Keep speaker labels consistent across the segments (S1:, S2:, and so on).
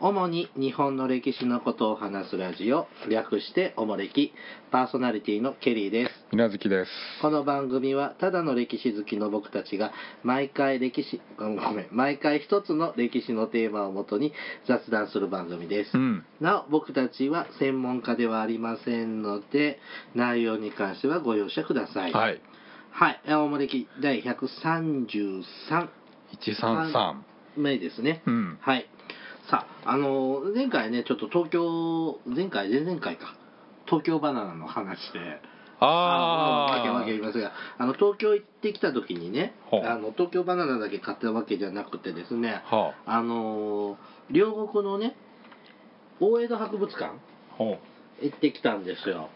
S1: 主に日本の歴史のことを話すラジオ略しておもれきパーソナリティのケリーです
S2: みなずきです。
S1: この番組はただの歴史好きの僕たちが毎回歴史あごめん毎回一つの歴史のテーマをもとに雑談する番組です、
S2: うん。
S1: なお僕たちは専門家ではありませんので内容に関してはご容赦ください
S2: はい。
S1: はい、青森歴第133
S2: 一三三。
S1: 名ですね、
S2: うん。
S1: はいさああのー前回ねちょっと東京前回前々回か東京バナナの話で
S2: ああ。
S1: わけわけ言いますがあの東京行ってきた時にね
S2: ほう
S1: あの東京バナナだけ買ったわけじゃなくてですね
S2: は
S1: あのー両国のね大江戸博物館
S2: あ。ほ
S1: 行ってきたんですよ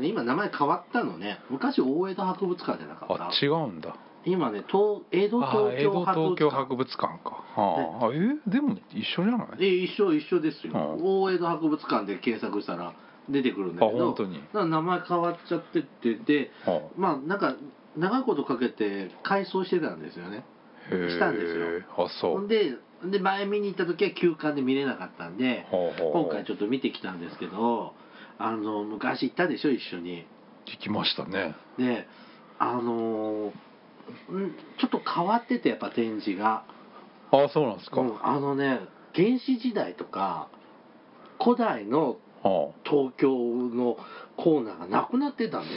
S1: で今名前変わったのね昔大江戸博物館じゃなか
S2: う。
S1: った
S2: あ、違うんだ。
S1: 今ね東江戸
S2: ああ、
S1: 東
S2: 江
S1: 京
S2: 戸
S1: 博
S2: 東
S1: 物
S2: 京
S1: 館
S2: 博物館か。はあ。あ、え、でも一緒じゃない。
S1: え一緒一緒ですよ、
S2: はあ
S1: 大江戸博物館で検索したら出てくるんだ
S2: あ、
S1: けど
S2: 本当に。
S1: だから名前変わっちゃっててで
S2: は
S1: まあなんか長いことかけて改装してたんですよね
S2: あ。へえ。
S1: したんですよ
S2: あ、そ
S1: ほ
S2: う。
S1: んでで前見に行った時は休館で見れなかったんで
S2: はあ、はあ。
S1: 今回ちょっと見てきたんですけどあの昔行ったでしょ一緒に
S2: 聞きましたね。
S1: であのーんちょっと変わっててやっぱ展示が、
S2: ああ、そうなんですか。
S1: う
S2: は
S1: んあのね原始時代とか古代の
S2: あ。
S1: 東京のコーナーがなくなってたんです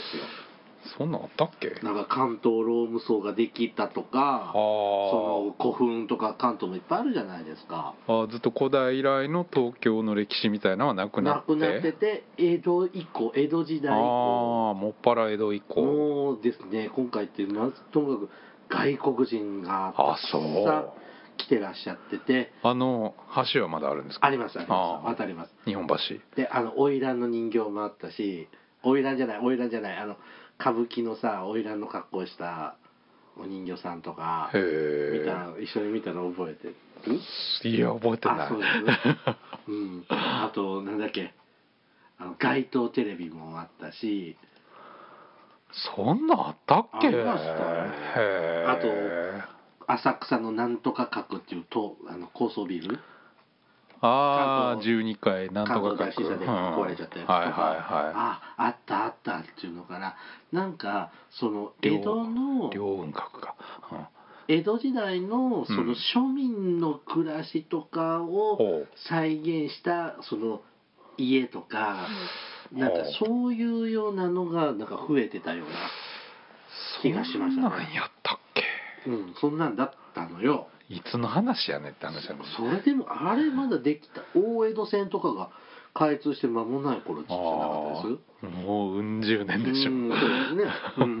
S2: そんなんあったっけ。
S1: よなんか関東ローム層ができたとかそ
S2: は
S1: の古墳とか関東もいっぱいあるじゃないですか
S2: あ。ああ、ずっと古代以来の東京の歴史みたいなのはなくな
S1: な
S2: っ
S1: くなって
S2: て。
S1: て江戸以降江戸時代以
S2: ああ
S1: 降、
S2: もっぱら江戸以降。
S1: もうですね今回ってまずともかく外国人が
S2: あ、
S1: た
S2: そ
S1: くさん
S2: う。
S1: 来てらっしゃってて
S2: あの橋はまだあるんですか
S1: ありますあります
S2: あー
S1: 渡ります
S2: 日本橋
S1: であの花魁の人形もあったし花魁じゃない花魁じゃないあの歌舞伎のさ花魁の格好をしたお人形さんとか
S2: へ
S1: 見た
S2: え
S1: の一緒に見たの覚えてる
S2: いや覚えてな
S1: あ
S2: い
S1: そうです、うん、あとなんだっけあの街頭テレビもあったし
S2: そんなんあったっけ
S1: ありましたよ
S2: へえ
S1: 浅草のなんとか閣っていうとあの高層ビル関
S2: あとあー
S1: 東
S2: 12回なんと
S1: 関東
S2: か
S1: 大
S2: 書く
S1: 震災で壊れちゃったやつとか、
S2: はいはいは
S1: ああったあったっていうのかななんかその江戸の
S2: い両運書くか、うん
S1: 江戸時代のその庶民の暮らしとかを
S2: ほう
S1: 再現したその家とかなんかそういうようなのがなんか増えてたような、
S2: そ
S1: 気がしましたね
S2: んなんやったっけ
S1: うん、そんなんだったのよ
S2: いつの話やねって話やもんね
S1: それでもあれまだできた大江戸線とかが開通して間もない頃じゃなかったです
S2: あーもううん十年でしょ
S1: うんそうですねうん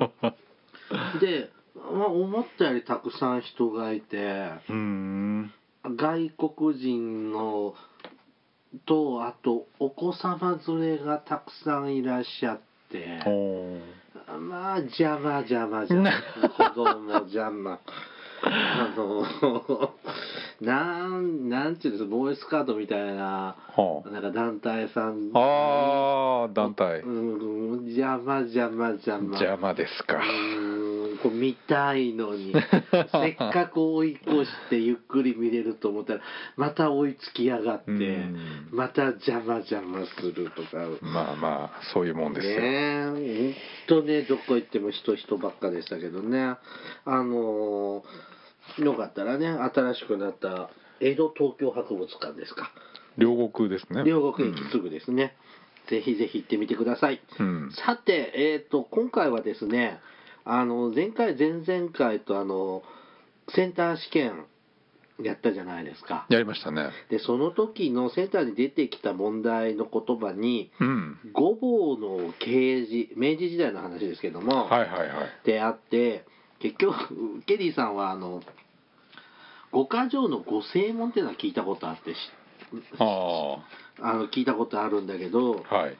S1: で、まあ、思ったよりたくさん人がいて
S2: うん
S1: 外国人のとあとお子様連れがたくさんいらっしゃって
S2: ほう
S1: まあ邪魔邪魔邪魔子供邪魔あのなんなんていうんですかボーイスカートみたいな
S2: は
S1: なんか団体さん
S2: あ、あー団体
S1: うん、邪魔邪魔邪魔
S2: 邪魔ですか、
S1: うーんこう見たいの にせっかく追い越してゆっくり見れると思ったらまた追いつきやがって
S2: うん
S1: また邪魔邪魔するとか
S2: まあまあそういうもんですよ、
S1: ねえほんとねどこ行っても人人ばっかでしたけどねあのーよかったらね新しくなった江戸東京博物館ですか
S2: 両国ですね
S1: 両国駅すぐですね、ぜひぜひ行ってみてください
S2: うん、
S1: さて、えー、と今回はですねあの前回前々回とあのセンター試験やったじゃないですか
S2: やりましたね
S1: でその時のセンターに出てきた問題の言葉に
S2: うん
S1: 「ごぼうの啓示」明治時代の話ですけども、
S2: はいはいはい
S1: であって結局ケリーさんはあの五箇条の五正門っていうのは聞いたことあってし
S2: あ
S1: あの聞いたことあるんだけど
S2: あはい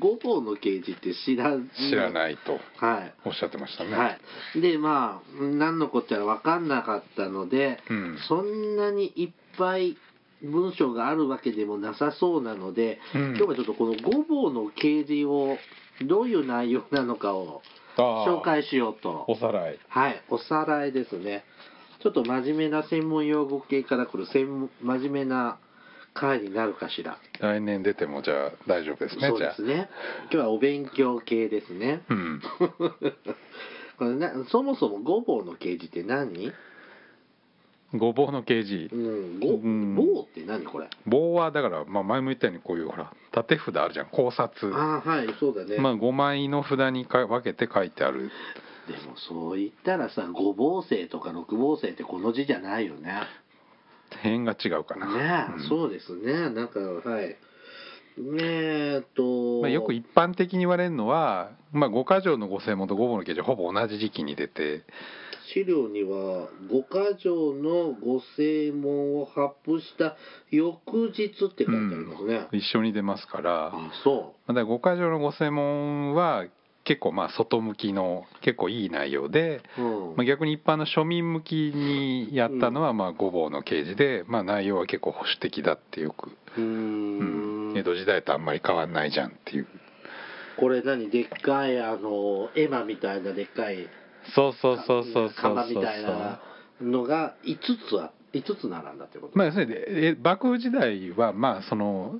S1: 五ぼうの啓示って知ら
S2: 知らないと
S1: はい
S2: おっしゃってましたね、
S1: はい、でまあ何のこっちゃ分かんなかったので、
S2: うん
S1: そんなにいっぱい文章があるわけでもなさそうなので、
S2: うん
S1: 今日はちょっとこの「ごぼうの掲示」をどういう内容なのかを
S2: ああ
S1: 紹介しようと
S2: おさらい
S1: はいおさらいですねちょっと真面目な専門用語系から来る専門真面目な回になるかしら。
S2: 来年出てもじゃあ大丈夫ですね
S1: そう
S2: じゃ
S1: で
S2: あ
S1: すね。今日はお勉強系ですね。
S2: うん
S1: これなそもそもごぼうの刑事って何
S2: ごぼうのケージ
S1: うん、ご
S2: うん
S1: ぼうって何これ
S2: 棒はだから、まあ、前も言ったようにこういうほら縦札あるじゃん考察
S1: ああはいそうだね、
S2: まあ5枚の札にか分けて書いてある
S1: でもそう言ったらさ五芒星とか六芒星ってこの字じゃないよね
S2: 辺が違うかな、
S1: ねえ、
S2: うん
S1: そうですねなんかはいねええっと、
S2: まあ、よく一般的に言われるのは、まあ、五箇条の五専門と五坊の刑事はほぼ同じ時期に出て
S1: 資料には五箇条の御正門を発布した翌日って書いてありますね、
S2: 一緒に出ますから
S1: あそ
S2: まあだから五箇条の五専門は結構まあ外向きの結構いい内容で、
S1: う、うん
S2: まあ、逆に一般の庶民向きにやったのはまあ五坊の刑事で、まあ、内容は結構保守的だってよく、
S1: うー
S2: うん
S1: ん
S2: 江戸時代とあんまり変わんないじゃんっていう
S1: これ何でっかいあの絵馬みたいなでっかい
S2: そうそうそうそうそう
S1: 看板
S2: そ
S1: み
S2: う
S1: たいなのが5つあ5つ並んだってこと、
S2: まあ要するにえ幕府時代はまあその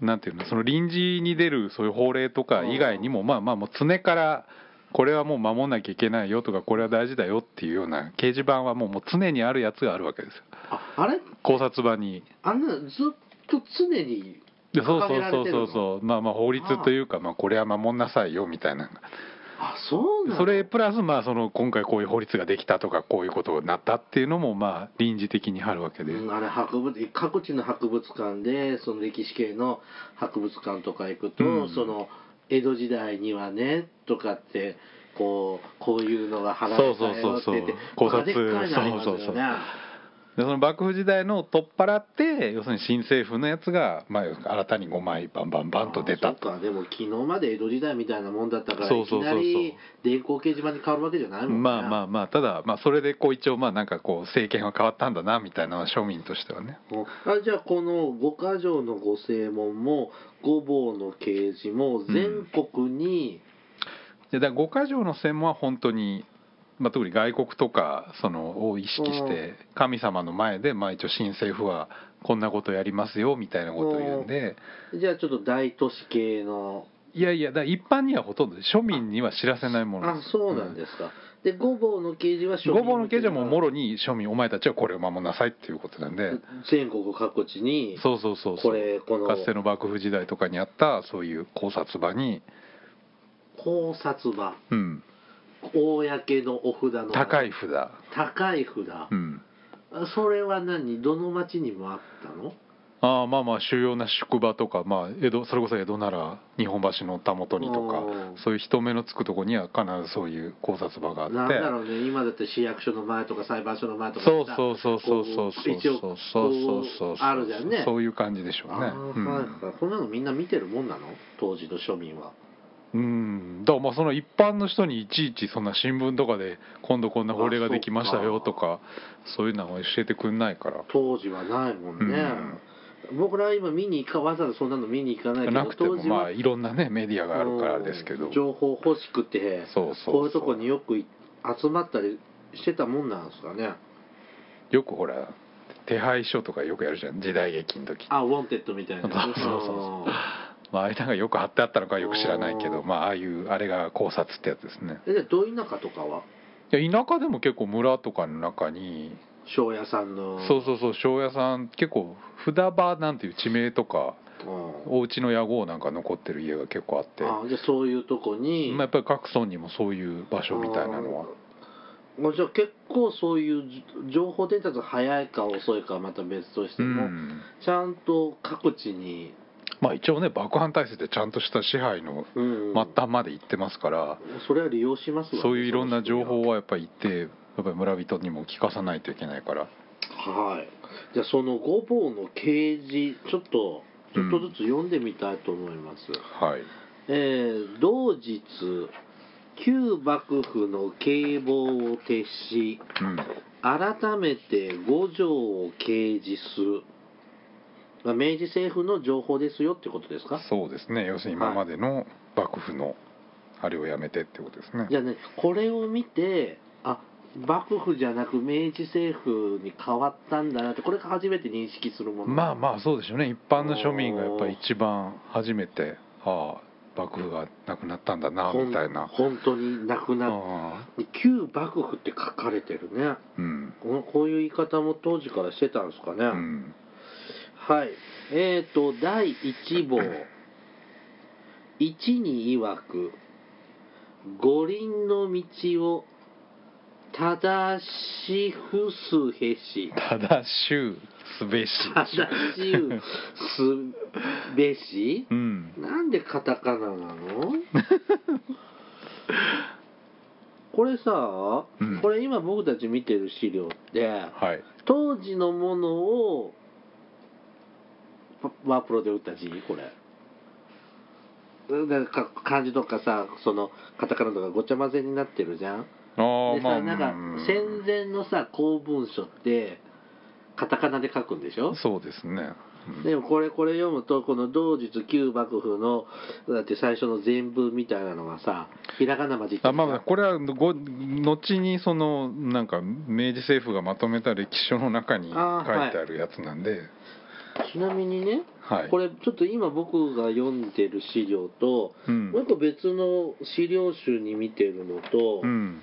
S2: なんていうのその臨時に出るそういう法令とか以外にもまあまあもう常からこれはもう守んなきゃいけないよとかこれは大事だよっていうような掲示板はもうもう常にあるやつがあるわけですよ
S1: ああれ
S2: 考察場に
S1: あんなずっと常に
S2: でそう
S1: 掲
S2: そ
S1: げ
S2: う
S1: ら
S2: そ
S1: れ
S2: う
S1: てる
S2: そ
S1: の
S2: うそうまあまあ法律というかまあこれは守んなさいよみたいなのが
S1: あそうなの
S2: それプラスまあその今回こういう法律ができたとかこういうことになったっていうのもまあ臨時的にあるわけで
S1: うんあれ博物各地の博物館でその歴史系の博物館とか行くと、
S2: うん
S1: その江戸時代にはねとかってこうこういうのが払
S2: そう
S1: えた
S2: そうそ
S1: よ
S2: う
S1: って
S2: そう
S1: 言って
S2: 考察
S1: まあでっかいのありますよね
S2: そうそうそうでその幕府時代のを取っ払って要するに新政府のやつが、まあ、新たに5枚バンバンバンと出
S1: あ
S2: た
S1: ーそっかでも昨日まで江戸時代みたいなもんだったから
S2: そう
S1: いき
S2: そうそう
S1: な
S2: そう
S1: り電光掲示板に変わるわけじゃないもんね
S2: まあまあまあただ、まあ、それでこう一応まあなんかこう政権は変わったんだなみたいなのは庶民としてはね
S1: うんあじゃあこの五箇条の御正門も五坊の啓示も全国に、
S2: でだから5箇条の専門は本当に、まあ、特に外国とかそのを意識して神様の前で、まあ、一応新政府はこんなことやりますよみたいなことを言うんで
S1: じゃあちょっと大都市系の
S2: いやいやだから一般にはほとんど庶民には知らせないもの
S1: あそうなんですか、で五坊の啓示は庶民
S2: ごぼうの刑事はもうもろに庶民お前たちはこれを守んなさいっていうことなんで
S1: 全国各地に
S2: そうそうそうそ
S1: こ
S2: う
S1: れこの
S2: かつての幕府時代とかにあったそういう考察場に、
S1: 考察場
S2: うん、
S1: 公のお札の
S2: 高い札、
S1: 高い札、
S2: うん、
S1: あそれは何どの町にもあったの
S2: ああまあまあ主要な宿場とか、まあ、江戸それこそ江戸なら日本橋のたもとにとか
S1: うん
S2: そういう人目のつくとこには必ずそういう考察場があ
S1: なん
S2: っ
S1: だ
S2: て。
S1: ろうね今だって市役所の前とか裁判所の前とか
S2: そうそうそうそうそ
S1: こ
S2: うそう
S1: 一応
S2: うそうそう
S1: こ
S2: そう
S1: あるじゃんね
S2: そういう感じでしょうね
S1: あーはいはいこんなのみんな見てるもんなの当時の庶民は
S2: うん、だからまあその一般の人にいちいちそんな新聞とかで今度こんな法令ができましたよとかそういうのは教えてくんないから
S1: 当時はないもんね、僕らは今見に行かわざわざそんなの見に行かないけど
S2: なくて
S1: 当
S2: も
S1: 時
S2: ま
S1: は
S2: あいろんなねメディアがあるからですけ
S1: う
S2: ど
S1: ん情報欲しくて
S2: そうそうそう
S1: こういうとこによくい集まったりしてたもんなんですかね
S2: よくほら手配書とかよくやるじゃん時代劇の時
S1: あウォンテッドみたいなやつ
S2: そうそうそうまあああいうのがよく貼ってあったのかよく知らないけ
S1: う
S2: ど
S1: ん
S2: まあああいうあれが考察ってやつですね
S1: えじゃあど田舎とかはい
S2: や田舎でも結構村とかの中に
S1: 庄屋さんの
S2: そうそうそう庄屋さん結構札場なんていう地名とか
S1: うん
S2: お家の屋号なんか残ってる家が結構あって
S1: あじゃあそういうとこに、
S2: まあ、やっぱり各村にもそういう場所みたいなのは
S1: まあじゃあ結構そういうじ情報伝達が早いか遅いかはまた別として
S2: う
S1: も、
S2: ん
S1: ちゃんと各地に、
S2: まあ一応ね爆破体制でちゃんとした支配の
S1: うん
S2: 末端まで行ってますから
S1: それは利用しますわね
S2: そういういろんな情報
S1: は
S2: はやっぱりってやっぱり村人にも聞かさないといけないから
S1: はいじゃあそのごぼうの掲示ちょっとちょっとずつ読んでみたいと思います、
S2: はい
S1: えー同日旧幕府の警防を撤し
S2: うん
S1: 改めて五条を掲示するまあ明治政府の情報ですよってことですか
S2: そうですね要するに今までの幕府のあれをやめてってことですね
S1: じゃあねこれを見てあ幕府じゃなく明治政府に変わったんだなってこれが初めて認識するもの
S2: まあまあそうでしょうね一般の庶民がやっぱり一番初めてああ幕府がなくなったんだな
S1: ほん
S2: みたいな
S1: 本当になくなっ
S2: ああ
S1: 旧幕府って書かれてるね
S2: うん
S1: ここういう言い方も当時からしてたんですかね、
S2: うん
S1: はいえー、と第1号1に曰く五輪の道を正しふすへした
S2: だしゅう すべし
S1: 正しうすべし
S2: うん
S1: なんでカタカナなの これさ、
S2: うん
S1: これ今僕たち見てる資料って
S2: はい
S1: 当時のものをパワープロで打った字これなんか漢字とかさそのカタカナとかごちゃ混ぜになってるじゃん
S2: ああ
S1: で
S2: ま
S1: さ
S2: あ
S1: なん
S2: う
S1: か戦前のさ公文書ってカタカナで書くんでしょ
S2: そうですねうん
S1: でもこれこれ読むとこの同日旧幕府のだって最初の全文みたいなのがさひらがなまじって
S2: あ
S1: さ
S2: まあまあこれはご後にそのなんか明治政府がまとめた歴史書の中に書いて
S1: あーはい
S2: あるやつなんで、
S1: ちなみにね
S2: はい、
S1: これちょっと今僕が読んでる資料と
S2: うん
S1: もう一個別の資料集に見てるのと、
S2: うん、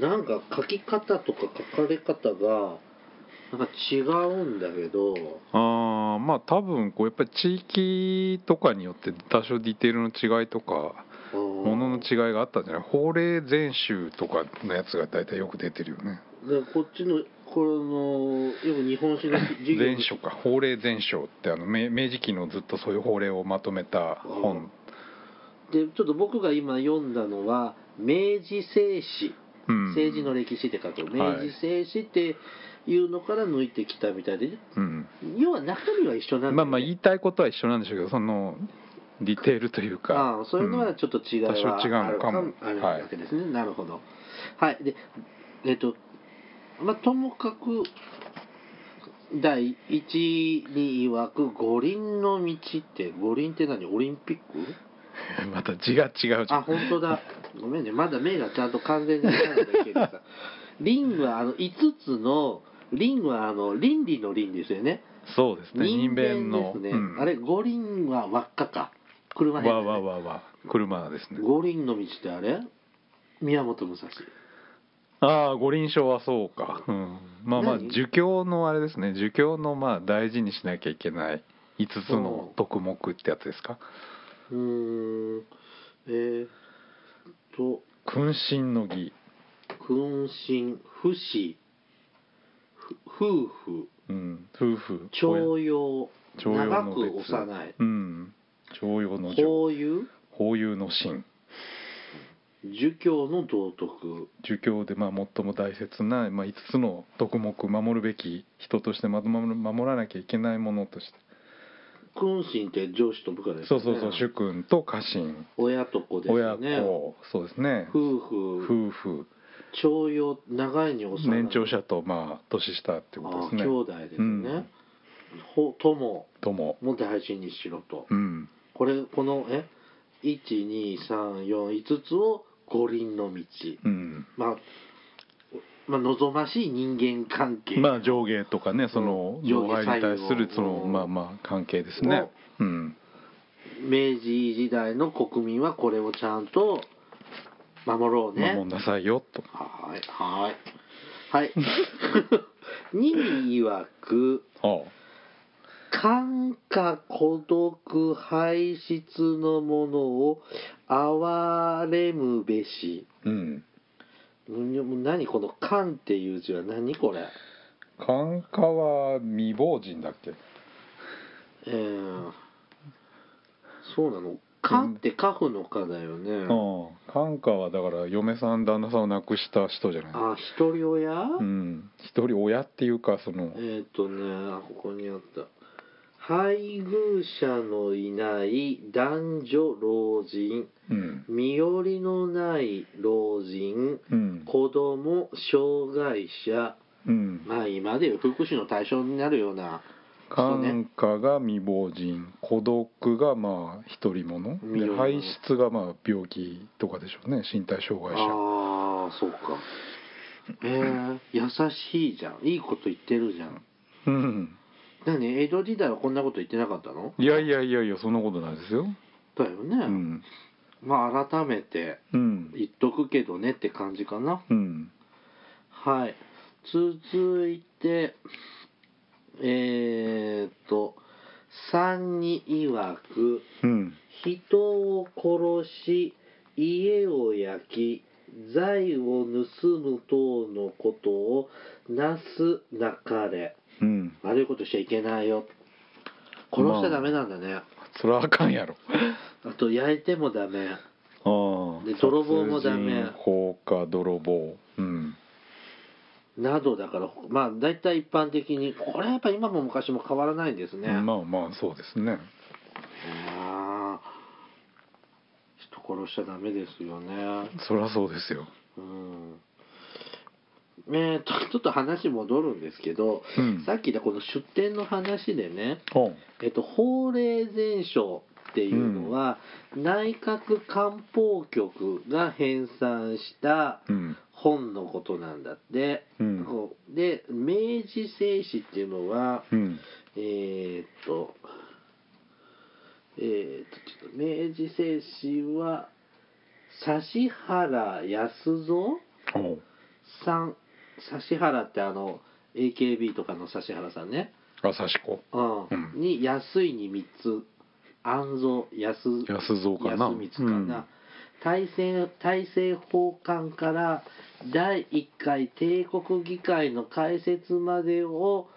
S1: なんか書き方とか書かれ方がなんか違うんだけど
S2: あーまあ多分こうやっぱり地域とかによって多少ディテールの違いとかものの
S1: で
S2: 違いがあったんじゃない法令全集とかのやつが大体よく出てるよね
S1: こっちのこのよく日本史の授業
S2: 全書か法令全書ってあの明明治期のずっとそういう法令をまとめた本
S1: でちょっと僕が今読んだのは明治政史
S2: うん
S1: 政治の歴史って書く、明
S2: はい
S1: 治政史っていうのから抜いてきたみたいで
S2: うん
S1: 要は中身は一緒なんだよね
S2: まあまあ言いたいことは一緒なんでしょうけどそのディテールというか
S1: ああそういうのはちょっと違いは
S2: 多少違うのかも
S1: あるある
S2: はい
S1: わけですね、なるほどはいでえっ、とまあともかく第一に曰く五輪の道って五輪って何オリンピック
S2: うんまた字が違うじゃん
S1: あ本当 だごめんねまだ目がちゃんと完全に見えないんだけど さリングはあの5つのリングはあの倫理の輪ですよね
S2: そうですね
S1: 人
S2: 人
S1: 弁
S2: 弁
S1: で
S2: の
S1: すね、
S2: うん
S1: あれ五輪は輪っかか車
S2: わ
S1: 変だね
S2: わわわ車ですね
S1: 五輪の道ってあれ宮本武蔵
S2: ああ五輪書はそうか、うん、まあまあ
S1: 何
S2: 儒教のあれですね儒教のまあ大事にしなきゃいけない5つの徳目ってやつですか
S1: うーんえー、っと
S2: 君臣の儀、
S1: 君親不死ふ夫婦
S2: うん、夫婦
S1: 徴用
S2: 徴用
S1: 長
S2: の
S1: く
S2: 別
S1: 幼い
S2: うん徴用の情
S1: こういう
S2: 法有の信
S1: 儒教の道徳
S2: 儒教でまあ最も大切な、まあ、5つの徳目守るべき人としてまとまる守らなきゃいけないものとして、
S1: 君親って上司と部下です
S2: そ
S1: よ
S2: う
S1: ね
S2: そうそう主君と家臣
S1: 親と子です
S2: 親
S1: よね
S2: 子そうですね
S1: 夫婦
S2: 夫婦
S1: 徴用長いに幼い
S2: 年長者とまあ年下ってこと
S1: あ
S2: です
S1: ー
S2: ね
S1: 兄弟です
S2: う
S1: ね
S2: ん、
S1: ほ友
S2: とも
S1: も大事にしろと、
S2: うん
S1: これこのえ12345つを五輪の道、
S2: うん
S1: まあ、まあ望ましい人間関係
S2: まあ上下とかねその
S1: うん上下
S2: 上下に対する
S1: 左右
S2: その
S1: うん
S2: まあまあ関係ですねうん
S1: 明治時代の国民はこれをちゃんと守ろうね
S2: 守んなさいよと
S1: はーいはーいはい にに曰く
S2: あ
S1: 感化孤独排出のものを憐れむべし
S2: あうん
S1: うん何この「感」っていう字は何これ
S2: 感化は未亡人だっけ
S1: えー、そうなの「感」って「家父の「家」だよね、
S2: うん感化はだから嫁さん旦那さんを亡くした人じゃない
S1: あ一人親、
S2: うん一人親っていうかその
S1: えっ、とねあここにあった配偶者のいない男女老人
S2: うん
S1: 身寄りのない老人
S2: うん
S1: 子供障害者
S2: うん
S1: まあ今でいう福祉の対象になるようなそうね
S2: 感化が未亡人孤独がまあ一人者
S1: 未
S2: で
S1: 亡人
S2: 排出がまあ病気とかでしょうね身体障害者
S1: ああそうかえー、優しいじゃんいいこと言ってるじゃん
S2: うん
S1: 何江戸時代はこんなこと言ってなかったの
S2: いやいやいやいやそんなことないですよ
S1: だよね、
S2: うん
S1: まあ改めて
S2: うん
S1: 言っとくけどねって感じかな
S2: うん
S1: はい続いてえー、っと3に曰く
S2: うん
S1: 人を殺し家を焼き財を盗む等のことをなすなかれ
S2: うん
S1: 悪いことしちゃいけないよ殺しちゃダメなんだね、
S2: それはあかんやろ
S1: あと焼いてもダメ
S2: ああ
S1: で泥棒もダメ
S2: 殺人放火泥棒うん
S1: などだからまあ大体一般的にこれはやっぱ今も昔も変わらないんですね、
S2: まあまあそうですね
S1: あ人殺しちゃダメですよね
S2: そりゃそうですよ
S1: うんえー、とちょっと話戻るんですけど、
S2: うん
S1: さっき言ったこの出典の話でね、
S2: おう
S1: えっと、法令全書っていうのは、内閣官房局が編纂した
S2: うん
S1: 本のことなんだって、
S2: うん
S1: こうで明治正史っていうのは、
S2: うん
S1: えーっと、えーっと、ちょっと明治製紙は、指原康蔵
S2: おう
S1: さん、指原ってあの、AKB とかの指原さんね、
S2: あさしこ
S1: うん
S2: うん
S1: に安いに3つ、安蔵、安
S2: 安蔵かな
S1: 安光かな、大政大政奉還から第1回帝国議会の開設までを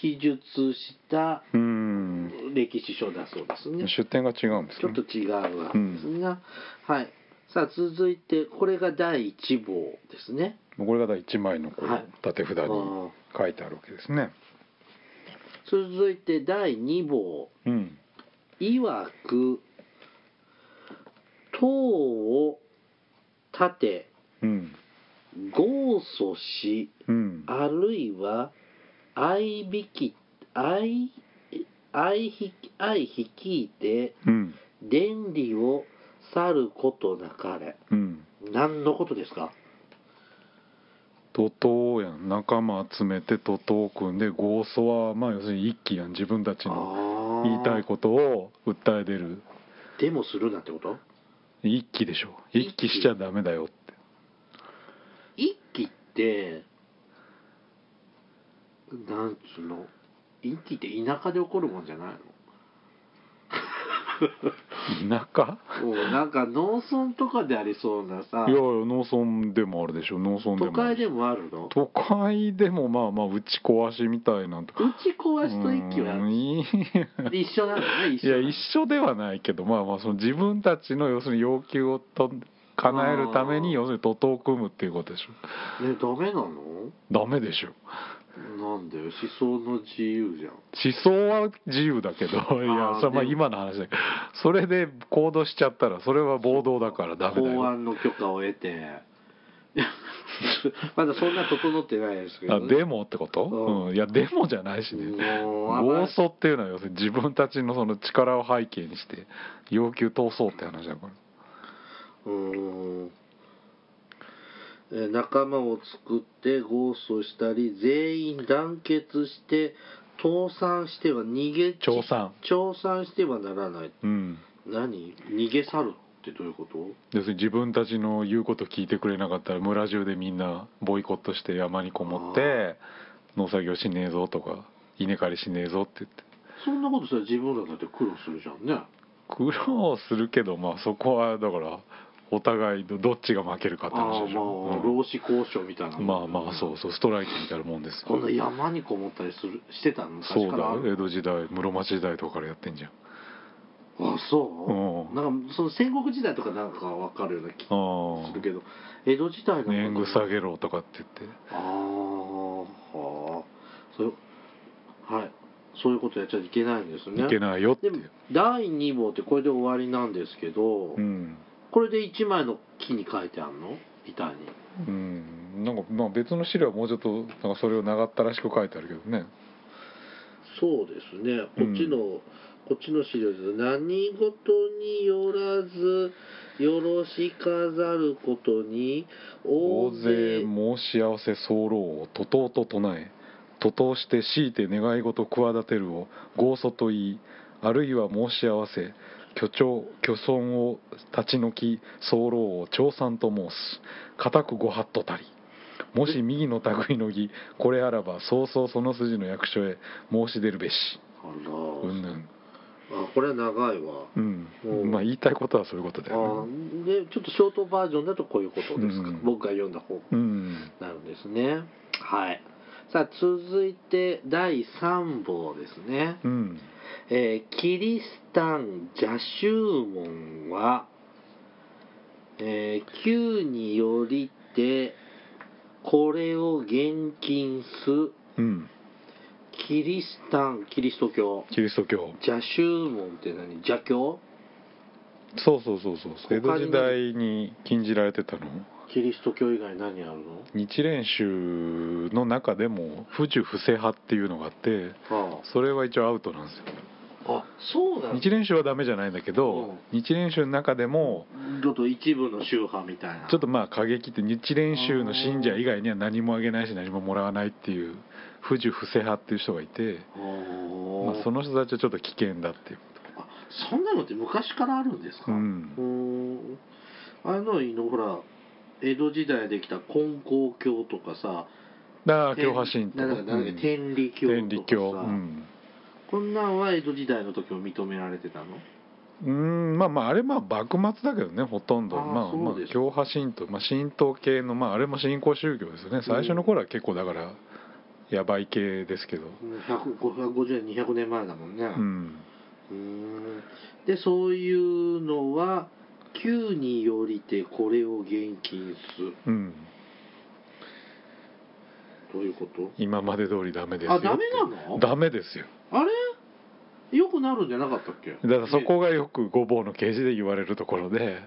S1: 記述した
S2: うん
S1: 歴史書だそうですね。
S2: 出店が違うんです
S1: ちょっと
S2: ね
S1: 違うわけですが、はい。さあ続いてこれが第1号ですね。
S2: これが第1枚のこ
S1: はいう
S2: 縦札に
S1: うん
S2: 書いてあるわけですね
S1: 続いて第2号
S2: うん
S1: 曰く塔を建て
S2: うん
S1: 豪訴し
S2: うん
S1: あるいは相引き相相引き相引いて
S2: うん
S1: 伝理を去ることなかれ。
S2: うん
S1: 何のことですか
S2: 徒党やん仲間集めて徒党組んで豪訴はまあ要するに一揆やん自分たちの
S1: あー
S2: 言いたいことを訴え出る
S1: デモするなってこと
S2: 一揆でしょ一揆しちゃダメだよって
S1: 一期ってなんつうの一期って田舎で起こるもんじゃない
S2: 田舎
S1: の もうなんか農村とかでありそうなさ
S2: いやいや農村でもあるでしょ農村で
S1: 都
S2: もあ
S1: 会
S2: る
S1: でもあるの打
S2: 都会でもまあまあ打ち壊しみたいなんとか
S1: ち壊しと一期は
S2: うんいい
S1: 一緒なのね
S2: い
S1: 一緒
S2: や
S1: なの
S2: 一緒ではないけどまあまあその自分たちの要するに要求をと叶えるため
S1: あー
S2: に要するに徒党を組むっていうことでしょ
S1: ねダメなの
S2: ダメでしょ
S1: なんだよ思想の自由じゃん
S2: 思想は自由だけどいや
S1: ー
S2: それはまあ
S1: でも
S2: 今の話だけどそれで行動しちゃったらそれは暴動だからダメだ
S1: 公
S2: よ
S1: 安の許可を得て まだそんな整ってないですけ
S2: あ
S1: ど、ね、
S2: デモってこと、
S1: うん
S2: うん、いやデモじゃないしね
S1: もうあんま
S2: 暴走っていうのは要するに自分たちのその力を背景にして要求通そうって話だから
S1: うーんえー仲間を作ってゴーストしたり全員団結して倒産しては逃げ
S2: 調査
S1: 調産してはならない
S2: うん
S1: 何逃げ去るってどういうこと
S2: 要するに自分たちの言うこと聞いてくれなかったら村中でみんなボイコットして山にこもって農作業しねえぞとか稲刈りしねえぞって言って
S1: そんなことしたら自分らだって苦労するじゃんね
S2: 苦労するけどまあそこはだからお互いどどっちが負けるか
S1: あ
S2: って
S1: あ
S2: 話
S1: ー
S2: でし
S1: まあ、
S2: ょ、
S1: 労使交渉みたいな
S2: うんまあまあそうそうストライキみたいなもんです
S1: こんな
S2: よ
S1: 山にこもったりするしてたの
S2: そ
S1: 昔
S2: う
S1: から
S2: だ
S1: あ
S2: 江戸時代室町時代とかからやってんじゃん
S1: あそう、
S2: うん
S1: なんかその戦国時代とかなんかわかるような気
S2: あ
S1: が
S2: あ
S1: するけど江戸時代の
S2: 年貢下げろとかって言っ
S1: ああはあそうはいそういうことやっちゃいけないんです
S2: て
S1: ね
S2: いけないよってい
S1: でも
S2: う、
S1: 第2号ってこれで終わりなんですけど、
S2: うん
S1: これで1枚の木に書いてあるの板に
S2: うん、なんかまあ別の資料はもうちょっとなんかそれを長ったらしく書いてあるけどね
S1: そうですねこっちの、こっちの資料です何事によらずよろしかざることに
S2: 大
S1: 大
S2: 勢
S1: 勢
S2: 申し合わせ候を徒党と唱え徒党して強いて願い事企てるを豪訴と言いあるいは申し合わせ巨長巨損を立ち退き候を長賛と申す固くご法度たりもし右の類の儀これあらば早々その筋の役所へ申し出るべし
S1: あら
S2: うんぬん
S1: あこれは長いわう
S2: う
S1: んん
S2: まあ言いたいことはそういうことだ
S1: あ
S2: よね
S1: でちょっとショートバージョンだとこういうことですか、
S2: うん
S1: 僕が読んだ方に
S2: うん
S1: なるんですねはいさあ続いて第3号ですね、
S2: うん
S1: えーキリシタン邪宗門は、えー旧によりてこれを厳禁す
S2: うん
S1: キリシタンキリスト教
S2: キリスト教
S1: 邪宗門って何邪教
S2: そうそうそうそう江戸
S1: 他に
S2: 時代に禁じられてたの
S1: キリスト教以外何あるの
S2: 日蓮宗の中でも不受不正派っていうのがあって
S1: あ
S2: それは一応アウトなんですよ
S1: ああそうなん
S2: 日蓮宗はダメじゃないんだけど日蓮宗の中でも
S1: ちょっと一部の宗派みたいな
S2: ちょっとまあ過激って日蓮宗の信者以外には何もあげないし何ももらわないっていう不受不正派っていう人がいて、
S1: おー
S2: まあ、その人たちはちょっと危険だっていう
S1: あそんなのって昔からあるんですか、
S2: うん
S1: うーんあのいいのほら江戸時代できた金光教とかさ
S2: だから教派神
S1: な
S2: 道
S1: んだっけなんだっけ
S2: うん
S1: 天理教とかさ
S2: 天理教うん
S1: こんなんは江戸時代の時も認められてたの
S2: うーんまあまああれまあ幕末だけどねほとんど
S1: あー
S2: まあまあ
S1: そうです
S2: 教派神道、まあ、神道系のまああれも信仰宗教ですよね最初の頃は結構だからやばい系ですけど
S1: うん100 550年200年前だもんね、
S2: う
S1: うんーん、でそういうのは旧によりてこれを厳禁する
S2: うん
S1: ということ
S2: 今まで通りダメですよ
S1: あダメなの
S2: ダメですよ
S1: あれよくなるんじゃなかったっけ
S2: だからそこがよくごぼうの刑事で言われるところで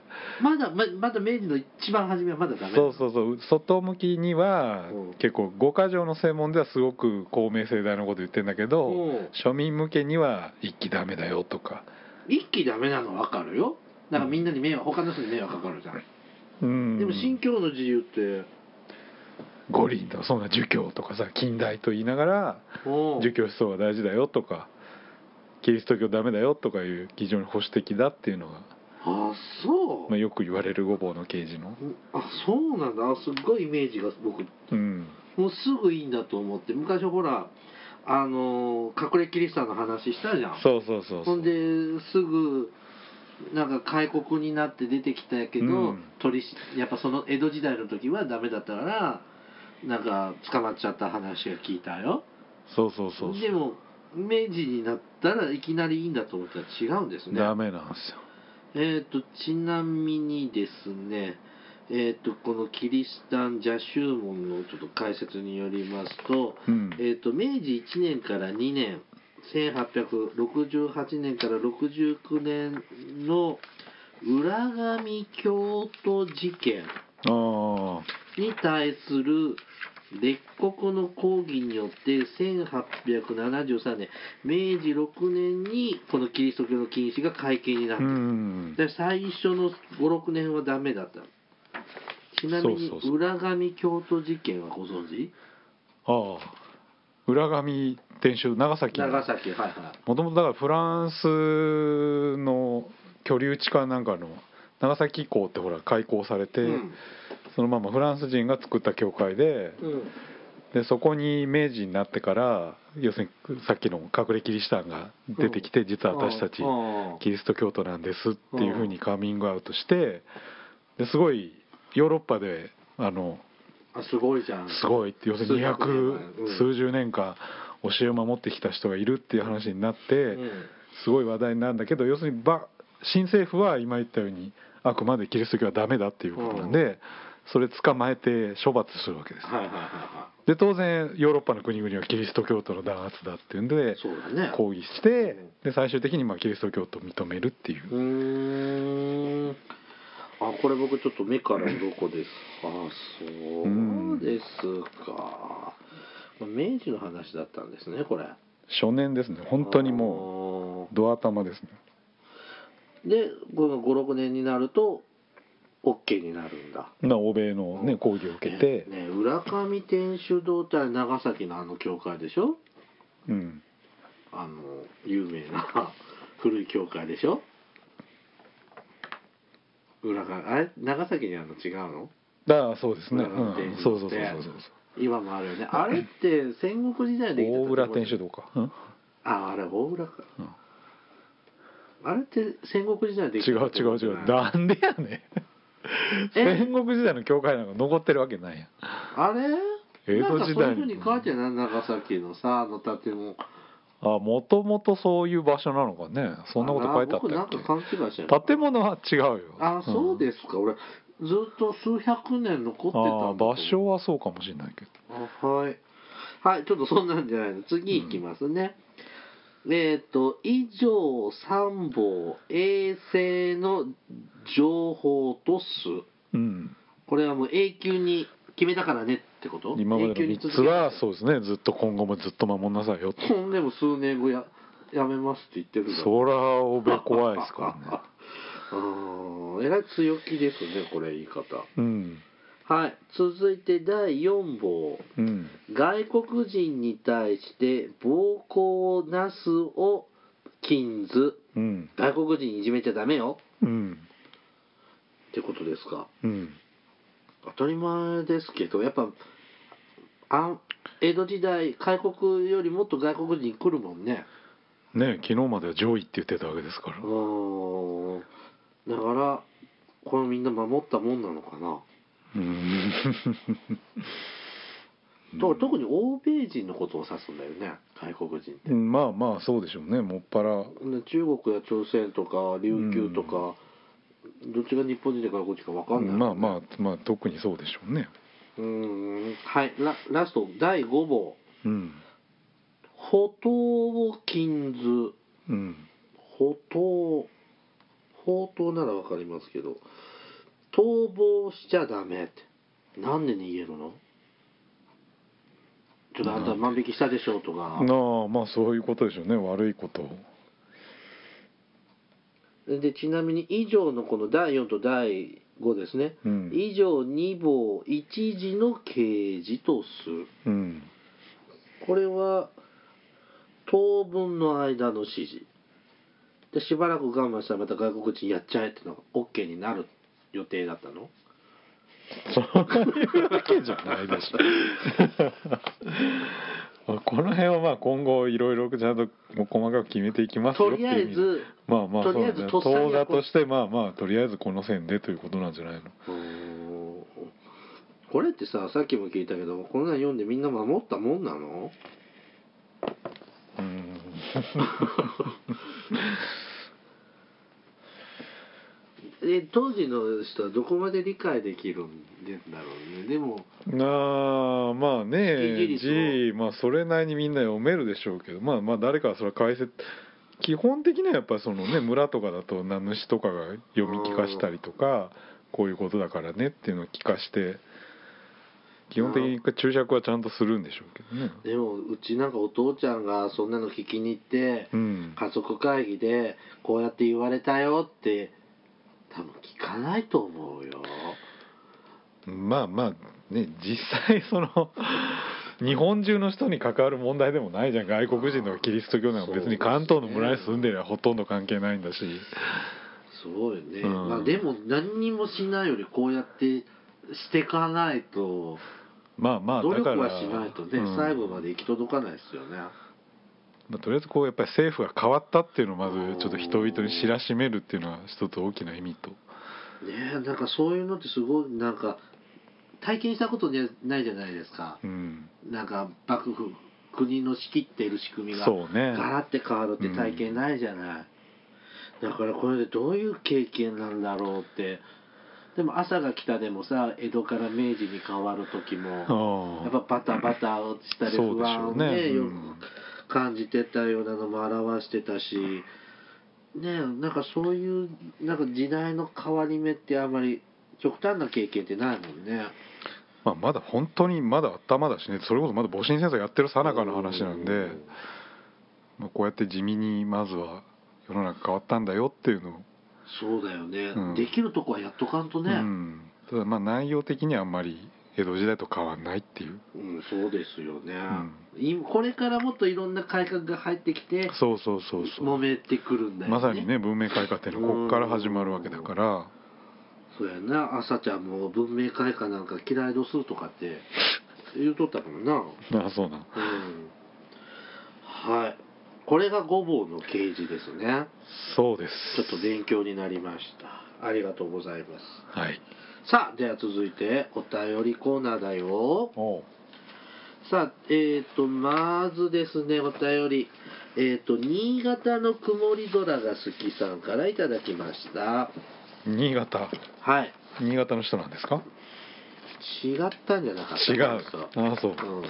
S1: まだままだ明治の一番初めはまだダメ
S2: そうそうそう外向きには
S1: うん
S2: 結構五箇条の正門ではすごく公明正大のこと言ってんだけど
S1: うん
S2: 庶民向けには一気ダメだよとか
S1: 一気ダメなの分かるよだからみんなに迷惑他の人に迷惑かかるじゃん、
S2: うん
S1: でも信教の自由って
S2: 五輪とかそんな儒教とかさ近代と言いながら
S1: おう
S2: 儒教思想が大事だよとかキリスト教ダメだよとかいう非常に保守的だっていうのが、
S1: あそう、
S2: まあ、よく言われるごぼうの刑事の
S1: あそうなんだあすっごいイメージが僕
S2: うん
S1: もうすぐいいんだと思って昔ほらあのー隠れキリシタンの話したじゃん
S2: そうそうそうそ
S1: ほ
S2: うん
S1: ですぐなんか開国になって出てきたけど、
S2: うん
S1: 取りしやっぱその江戸時代の時はダメだったからなんか捕まっちゃった話が聞いたよ
S2: そうそうそう
S1: でも明治になったらいきなりいいんだと思ったら違うんですね
S2: ダメなんですよ
S1: えー、とちなみにですね、えー、とこのキリシタン邪宗門のちょっと解説によりますと,、
S2: うん
S1: えー、と明治1年から2年1868年から69年の浦上京都事件
S2: あ
S1: に対する列国の抗議によって1873年明治6年にこのキリスト教の禁止が会見になっ
S2: あ
S1: た
S2: う、ん
S1: で最初の56年はダメだったちなみに
S2: そうそうそう
S1: 浦上京都事件はご存知
S2: ああ浦上天主長崎の
S1: 長崎はいは
S2: もともとだからフランスの居留地かなんかの長崎港ってほら開港され
S1: い、
S2: て、そのままフランス人が作った教会で
S1: うんうん
S2: でそこに明治になってから要するにさっきの隠れキリシタンが出てきて、実は私たち
S1: うん
S2: キリスト教徒なんですっていうふうにカミングアウトしてですごいヨーロッパであの
S1: あすごいじゃん
S2: すごいって要するに
S1: 数
S2: 200数十年間教えを守ってきた人がいるっていう話になって。
S1: うん
S2: すごい話題になるんだけど要するにば新政府は今言ったようにあくまでキリスト教はダメだっていうことなんで、それ捕まえて処罰するわけです、
S1: はいはいはいは
S2: で当然ヨーロッパの国々はキリスト教徒の弾圧だっていうんで
S1: いそうだね
S2: 抗議してで最終的にまあキリスト教徒を認めるっていう
S1: うーんあこれ僕ちょっと目から鱗ですあそうですか明治の話だったんですねこれ
S2: 初年ですね本当にも
S1: も
S2: うドア頭ですね
S1: でこれが56年になると OK になるんだ
S2: な欧米の、ね、抗議を受けて、
S1: ねね浦上天主堂ってあれ長崎のあの教会でしょ
S2: うん、
S1: あの有名な 古い教会でしょ裏側あれ長崎にあるの違うの
S2: だからそうですね、う
S1: 浦上天主
S2: ん、
S1: 堂
S2: そうそうそうそうそう
S1: 今もあるよねあれって戦国時代できた
S2: 大浦天
S1: 堂
S2: 主堂か、うん
S1: ああれ大浦か
S2: うん
S1: あれって戦国時代でき
S2: 違
S1: た
S2: う違う違うなんでやねん
S1: え
S2: 戦国時代の教会なんか残ってるわけないやん
S1: あれ
S2: 江
S1: なん
S2: 戸
S1: か
S2: 時代
S1: そういうふうに書いてない長崎のさあの建物
S2: あもともとそういう場所なのかねそんなこと書いてあったっ
S1: 僕なんか勘違いして
S2: け建物は違うよ
S1: あそうですか、俺ずっと数百年残って
S2: う
S1: たんだと
S2: んあ
S1: 思う
S2: 場所はそうかもしれないけど
S1: あはいはいちょっとそんなんじゃないの次いきますね、えっ、と以上3本衛星の情報と数
S2: うん
S1: これはもう永久に決めたからねってこと
S2: 今までの
S1: 永久に続
S2: 3
S1: け
S2: つは
S1: た
S2: そうですねずっと今後もずっと守んなさいよって
S1: ほんでも数年後ややめますって言ってるから
S2: そら欧米怖いですからね
S1: うーんえらい強気ですねこれ言い方
S2: うん
S1: はい続いて第4号
S2: うん
S1: 外国人に対して暴行をなすを禁ず
S2: うん
S1: 外国人いじめちゃダメよ
S2: うん
S1: ってことですか
S2: うん
S1: 当たり前ですけどやっぱあ江戸時代開国よりもっと外国人来るもんね
S2: ね昨日までは上位って言ってたわけですから
S1: うーんだからこれみんな守ったもんなのかな
S2: うん
S1: と特に欧米人のことを指すんだよね外国人って、
S2: うんまあまあそうでしょうねもっぱら
S1: ね中国や朝鮮とか琉球とか、どっちが日本人で外国人か分かんない、
S2: まあまあまあ特にそうでしょうね
S1: うーんはいララスト第5号
S2: うん
S1: 「歩頭を禁ず」
S2: うん
S1: 「歩頭」「歩頭」なら分かりますけど「逃亡しちゃダメ」ってなんで逃げるのちょっとあんた万引きしたでしょとか
S2: なあまあそういうことでしょうね悪いことを
S1: でちなみに以上のこの第4と第5ですね、
S2: うん
S1: 以上2棒1時の刑事とする
S2: うん
S1: これは当分の間の指示でしばらく我慢したらまた外国人やっちゃえってのが OK になる予定だったの
S2: そういうわけじゃないでしょ まあこの辺はまあ今後いろいろちゃんと細かく決めていきますよ
S1: と
S2: って
S1: りあ
S2: い
S1: え
S2: う意味で
S1: ず
S2: まあまあそう
S1: とりあえ
S2: だ
S1: ず
S2: ね
S1: とっさにはこ
S2: 当座としてまあまあとりあえずこの線でということなんじゃないの
S1: うーんこれってささっきも聞いたけどこんなん読んでみんな守ったもんなの
S2: うん
S1: え当時の人はどこまで理解できるんだろうねでも
S2: なあまあ
S1: イギ
S2: ね
S1: リス
S2: じまあそれなりにみんな読めるでしょうけどまあまあ誰かはそれは解説基本的にはやっぱりそのね村とかだと名主とかが読み聞かしたりとかこういうことだからねっていうのを聞かして基本的に注釈はちゃんとするんでしょうけどね。
S1: でもうちなんかお父ちゃんがそんなの聞きに行って
S2: うん、
S1: 家族会議でこうやって言われたよって多分聞かないと思うよ
S2: まあまあね実際その日本中の人に関わる問題でもないじゃん外国人とかキリスト教なんか別に関東の村に住んでりゃほとんど関係ないんだし
S1: すごいね、
S2: うん
S1: まあ、でも何にもしないよりこうやってしてかないと
S2: まあまあ
S1: 努
S2: だ
S1: 力
S2: から
S1: はしないとね、
S2: うん
S1: 最後まで行き届かないですよね
S2: まあとりあえずこうやっぱり政府が変わったっていうのをまずちょっと人々に知らしめるっていうのは一つ大きな意味と
S1: ねえなんかそういうのってすごいなんか体験したことじゃないじゃないですか
S2: うん
S1: なんか幕府国の仕切っている仕組みが
S2: そうね
S1: ガラって変わるって体験ないじゃない、だからこれでどういう経験なんだろうってでも朝が来たでもさ江戸から明治に変わる時もやっ
S2: あ
S1: ぱバタバタをしたり
S2: そう
S1: 不
S2: でし
S1: 安
S2: ょ
S1: を
S2: う
S1: ね
S2: ね
S1: よ
S2: うん
S1: く感じてたようなのも表してたしねえなんかそういうなんか時代の変わり目ってあんまり極端な経験ってないもんね。
S2: まあまだ本当にまだ頭だしねそれこそまだ戊辰戦争やってる最中の話なんで、まあ、こうやって地味にまずは世の中変わったんだよっていうのを、
S1: そうだよね、
S2: うん
S1: できるとこはやっとかんと
S2: う
S1: ね、
S2: ん、ただまあ内容的にはあんまり江戸時代と変わんないっていう
S1: うん、そうですよね、
S2: ん
S1: 今これからもっといろんな改革が入ってきて
S2: そうそうそうそう
S1: 揉めてくるんだよね
S2: まさにね文明開化っていうのはここから始まるわけだから
S1: そうやな朝ちゃんも文明開化なんか嫌いどするとかって言うとったもんなうん
S2: あそうなん
S1: はいこれがごぼうの刑事ですね
S2: そうです
S1: ちょっと勉強になりましたありがとうございます
S2: はい
S1: さあでは続いてお便りコーナーだよ
S2: おう
S1: さあ、えっ、と、まずですね、お便り。えっ、と、新潟の曇り空が好きさんからいただきました。
S2: 新潟
S1: はい。
S2: 新潟の人なんですか
S1: 違ったんじゃなかった
S2: 違う
S1: そう
S2: あそう
S1: うん。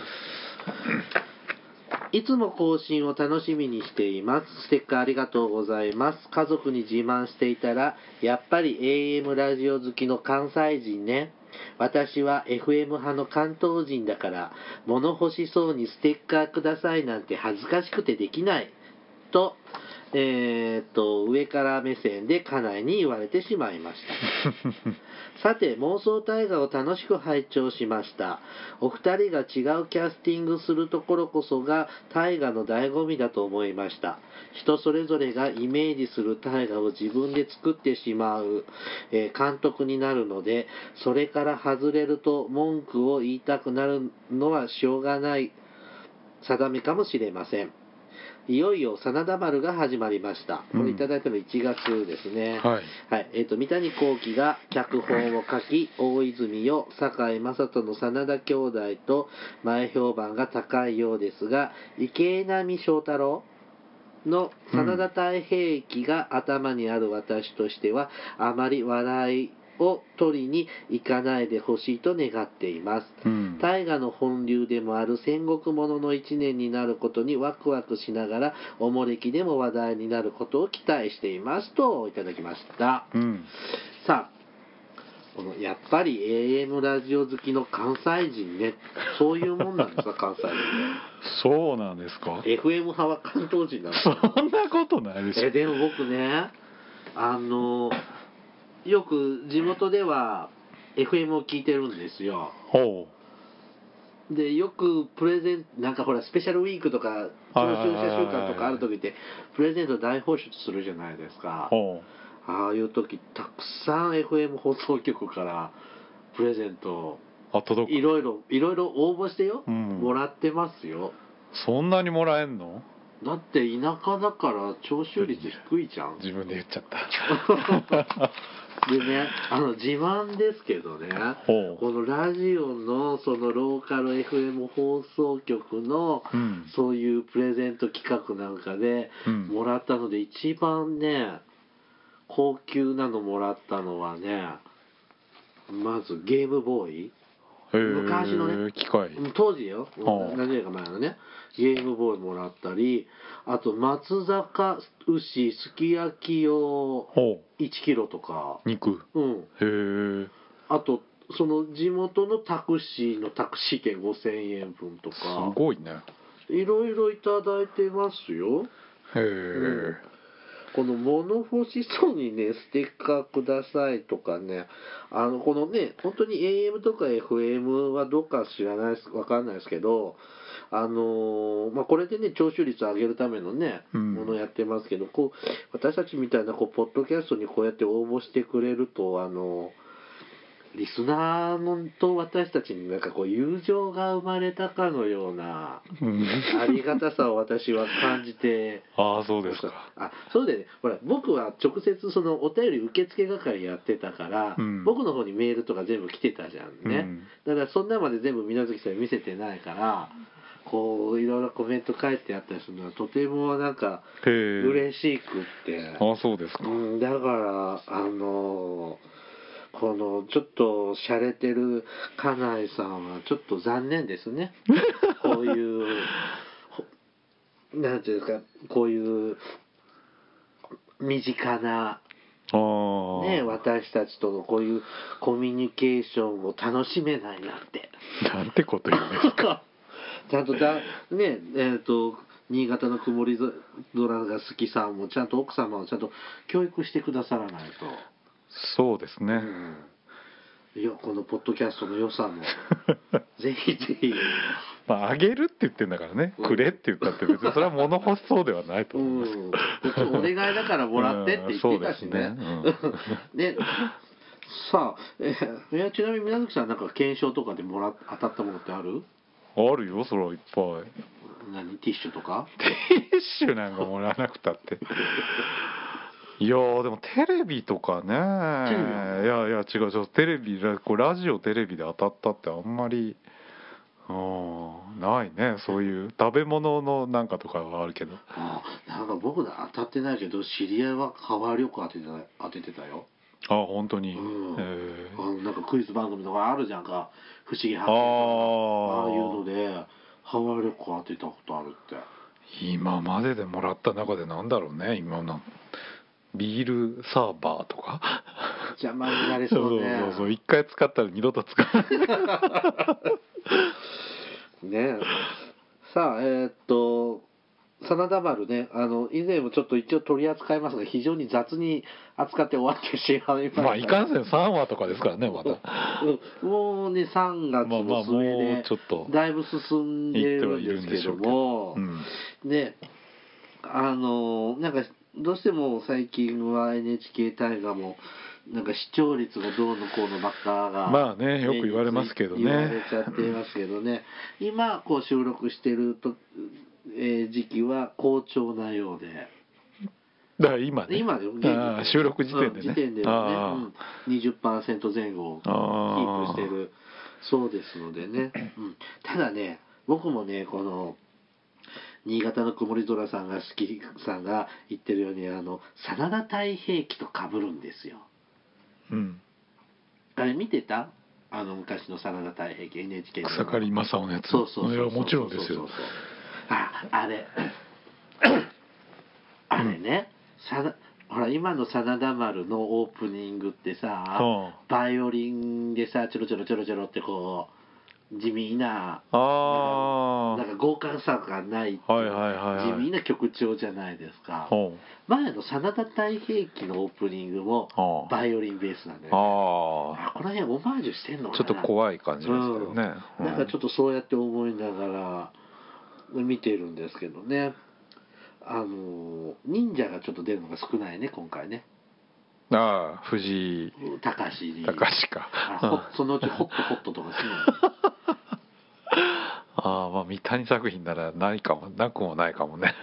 S1: いつも更新を楽しみにしています。ステッカーありがとうございます。家族に自慢していたら、やっぱり AM ラジオ好きの関西人ね。私は FM 派の関東人だから、物欲しそうにステッカーくださいなんて恥ずかしくてできない。と、えーっと、上から目線で家内に言われてしまいました。さて、妄想大河を楽しく拝聴しました。お二人が違うキャスティングするところこそが大河の醍醐味だと思いました。人それぞれがイメージする大河を自分で作ってしまう、えー監督になるので、それから外れると文句を言いたくなるのはしょうがない定めかもしれません。いよいよ真田丸が始まりました。これいただいたの1月ですね。
S2: はい
S1: はい、えっ、と、三谷幸喜が脚本を書き、大泉洋、堺雅人の真田兄弟と前評判が高いようですが、池波正太郎の真田太平記が頭にある私としては、あまり笑いを取りに行かないでほしいと願っています。
S2: うん
S1: 大河の本流でもある戦国ものの一年になることにワクワクしながら、おもれきでも話題になることを期待していますといただきました。
S2: うん
S1: さあ、このやっぱり AM ラジオ好きの関西人ね、そういうもんなんですか、関西
S2: そうなんですか
S1: 人。FM 派は関東人なんです
S2: そんなことないでしょ
S1: えでも僕ねあのよく地元では FM を聞いてるんですよ
S2: おう
S1: でよくプレゼンなんかほらスペシャルウィークとか
S2: はい
S1: 教
S2: はいはい
S1: 習者週間とかある時ってプレゼント大放出するじゃないですか
S2: おう
S1: ああいう時たくさん FM 放送局からプレゼント
S2: あ届
S1: い
S2: く
S1: ろいろいろいろ応募してよ、
S2: うん
S1: もらってますよ
S2: そんなにもらえんの
S1: だって田舎だから徴収率低いじゃん
S2: 自分で言っちゃった
S1: でね、あの自慢ですけどね、
S2: ほう
S1: このラジオのそのローカル FM 放送局の
S2: うん
S1: そういうプレゼント企画なんかで
S2: うん
S1: もらったので、一番ね、高級なのもらったのはね、まずゲームボーイ、
S2: へえ
S1: 昔のね
S2: 機械
S1: 当時よ、
S2: ほう
S1: 何年か前のね、ゲームボーイもらったり、あと松坂牛すき焼き用
S2: おう
S1: 1キロとか。
S2: 肉
S1: うん
S2: へえ
S1: あとその地元のタクシーのタクシー券5000円分とか
S2: すごいね
S1: いろいろいただいてますよ
S2: へえ、
S1: んこの物欲しそうにねステッカーくださいとかねあのこのね本当に AM とか FM はどうか知らないですわかんないですけどあのーまあこれでね聴取率を上げるためのね、
S2: うん
S1: ものやってますけどこう私たちみたいなこうポッドキャストにこうやって応募してくれるとあのーリスナーのと私たちになんかこう友情が生まれたかのような
S2: うん
S1: ありがたさを私は感じて
S2: ああそうですか
S1: あそうだよねほら僕は直接そのお便り受付係やってたから、
S2: うん
S1: 僕の方にメールとか全部来てたじゃんね、
S2: うん
S1: だからそんなまで全部水無月さんに見せてないからこういろいろコメント書いてあったりするのはとてもなんか
S2: へえ
S1: 嬉しくって、
S2: ああそうですか
S1: うん、だからあのこのちょっと洒落てる家内さんはちょっと残念ですねこういうほなんていうんですかこういう身近な、
S2: ああ
S1: ね、私たちとのこういうコミュニケーションを楽しめないなんて。
S2: なんてこと言うね
S1: ちゃんとだねえっ、と新潟の曇り空が好きさんもちゃんと奥様をちゃんと教育してくださらないと。
S2: そうですね、
S1: うん、いやこのポッドキャストの良さ もぜひぜひ、
S2: まああげるって言ってんだからね、
S1: うん
S2: くれって言ったって別にそれは物欲しそうではないと
S1: う
S2: 思い
S1: ん
S2: ます、、
S1: 別にお願いだからもらってって言ってたしね。
S2: うんそう
S1: ねさあ、えーいやちなみに水月さんなんか検証とかでもら当たったものってある
S2: あるよそれはいっぱい
S1: 何ティッシュとか
S2: ティッシュなんかもらわなくたっていやーでもテレビとかねい
S1: レビはね
S2: やいや違う違うテレビラこうラジオテレビで当たったってあんまりうんないねそういう食べ物のなんかとかはあるけど
S1: ああなんか僕当たってないけど知り合いはカバー旅行当ててた当ててたよ
S2: あ本当に、
S1: うん
S2: え
S1: あ
S2: ー
S1: のなんかクイズ番組とかあるじゃんか「不思議
S2: あ
S1: 発見」とかああいうの
S2: ー
S1: でハワイ旅行当てたことあるって
S2: 今まででもらった中でなんだろうね今のビールサーバーとか
S1: 邪魔になりそうね
S2: そうそう一回使ったら二度と使わない
S1: ねさあえーっと真田丸ねあの以前もちょっと一応取り扱いますが非常に雑に扱って終わってしまいました
S2: まあいかんせん3話とかですからねまた
S1: うんもうね3月
S2: まあま
S1: の
S2: あも
S1: 末
S2: う
S1: で
S2: ちょっと
S1: だいぶ進んで
S2: 行っては
S1: る
S2: い
S1: ん
S2: る
S1: で
S2: ん
S1: す
S2: で
S1: け
S2: しょ
S1: ど
S2: うけど
S1: も
S2: うん
S1: ねあのなんかどうしても最近は NHK 大河もなんか視聴率がどうのこうのばっかが
S2: まあねよく言われますけどね
S1: 言われちゃってますけどね今こう収録してると、えー時期は好調なようで
S2: だから今ね
S1: 今でも
S2: ああ収録時点でね
S1: うん時点ではね、うん、20%前後をキープ
S2: あ
S1: し
S2: あ
S1: てるそうですのでね、うん、ただね僕もねこの新潟の曇り空さんが好きさんが言ってるようにあの真田太平記とかぶるんですよ
S2: うん
S1: あれ見てたあの昔の真田太平記 NHK の
S2: 草刈正雄のやつ
S1: そうそうそう
S2: い
S1: そう
S2: やもちろんです
S1: そう
S2: よ
S1: そうそうああれあれね、さだほら今の真田丸のオープニングってさ、
S2: うん
S1: バイオリンでさチョロチョロチョロチョロってこう地味な
S2: あ
S1: なんか豪華さがない
S2: あはいはいはい
S1: 地
S2: は
S1: 味
S2: い
S1: な曲調じゃないですか、
S2: ほう
S1: 前の真田太平記のオープニングも
S2: ああ
S1: バイオリンベースなんだよね、
S2: あ
S1: あこの辺オマージュしてんの
S2: あ
S1: かな
S2: ちょっと怖い感じですよねう
S1: なんかちょっとそうやって思いながら見てるんですけどねあの忍者がちょっと出るのが少ないね今回ね
S2: ああ藤井
S1: 高橋に
S2: 隆史か
S1: あ
S2: う
S1: ほ
S2: ん
S1: そのうちホットホットとかする
S2: ああまあ三谷作品ならないかもなくもないか もね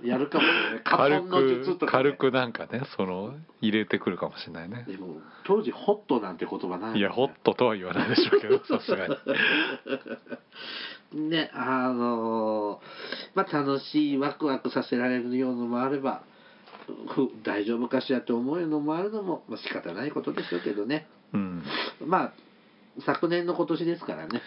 S1: のやるかもねカポ
S2: 軽
S1: ンの術
S2: く
S1: とか、ね、
S2: 軽くなんかねその入れてくるかもしれないね
S1: でも当時ホットなんて言葉ないもんね
S2: いやホットとは言わないでしょ うけどさすがに
S1: ねあのーまあ楽しいワクワクさせられるようなのもあればふ大丈夫かしらって思うのもあるのも、まあ、仕方ないことでしょうけどね
S2: うん
S1: まあ昨年の今年ですからね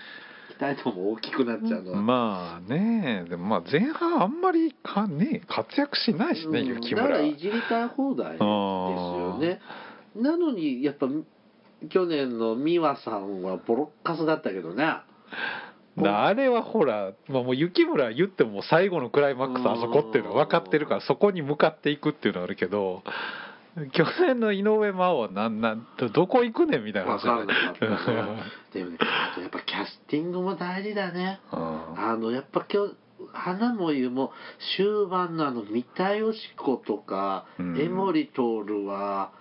S1: 期待度も大きくなっちゃうのは、
S2: まあねでもまあ前半あんまりかね活躍しないしね、
S1: うん
S2: 雪
S1: だから
S2: 村
S1: いじりたい放題ですよねなのにやっぱ去年の美和さんはボロッカスだったけどね
S2: だあれはほら、まあ、もう雪村言ってももう最後のクライマックスあそこっていうのは分かってるからそこに向かっていくっていうのはあるけど去年の井上真央はなんなんどどこ行くねんみたいな
S1: わ
S2: 話じゃ
S1: か
S2: なんい
S1: なかったねでもねあとやっぱキャスティングも大事だね
S2: うん
S1: あのやっぱ今日花も湯も終盤のあの三田佳子とか、
S2: うん
S1: 江守徹は